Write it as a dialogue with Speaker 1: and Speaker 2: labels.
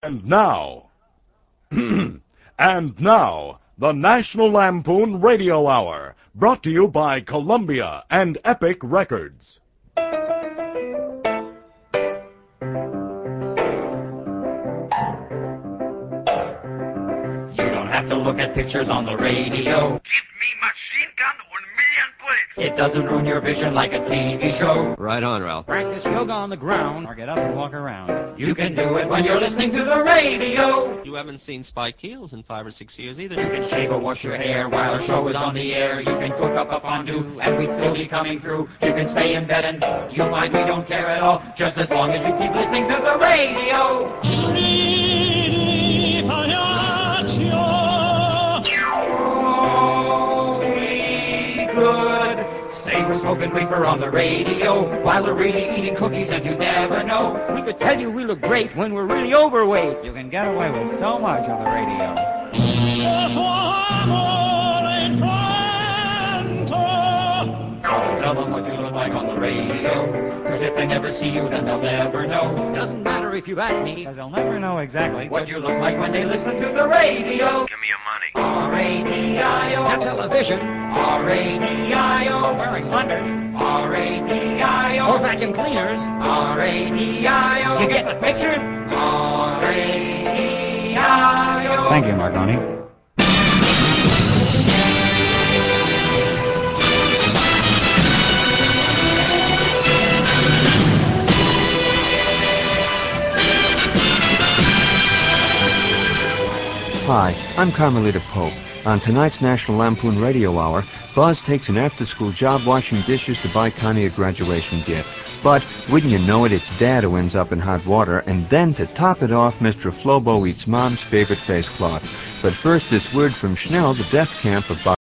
Speaker 1: And now, and now, the National Lampoon Radio Hour, brought to you by Columbia and Epic Records.
Speaker 2: You don't have to look at pictures on the radio.
Speaker 3: Give me machine gun one million bullets.
Speaker 2: It doesn't ruin your vision like a TV show.
Speaker 4: Right on, Ralph.
Speaker 5: Practice yoga on the ground or get up and walk around.
Speaker 2: You can do it when you're listening to the radio.
Speaker 4: You haven't seen Spike Heels in five or six years
Speaker 2: You
Speaker 4: either.
Speaker 2: can shave or wash your hair while a show is on the air. You can cook up a fondue and we'd still be coming through. You can stay in bed and you'll find we don't care at all. Just as long as you keep listening to the radio. Oh, we could Say we're smoking reefer on the radio while we're really eating cookies and you never know.
Speaker 5: We could tell you we look great when we're really overweight. You can get away with so much on the radio.
Speaker 2: Tell them what you look like on the radio. Cause if they never see you, then they'll never know. Doesn't matter if you act me.
Speaker 5: Because they'll never know exactly.
Speaker 2: What you look like when they listen to the radio.
Speaker 3: Give me your money.
Speaker 2: R-A-D-I-O. And television. R-A-D-I-O. Wearing blunders. R-A-D-I-O. Or vacuum cleaners. R-A-D-I-O. You get the picture? R-A-D-I-O.
Speaker 5: Thank you, Marconi.
Speaker 6: Hi, I'm Carmelita Pope. On tonight's National Lampoon Radio Hour, Buzz takes an after-school job washing dishes to buy Connie a graduation gift. But, wouldn't you know it, it's Dad who ends up in hot water, and then, to top it off, Mr. Flobo eats Mom's favorite face cloth. But first, this word from Schnell, the death camp of Bob.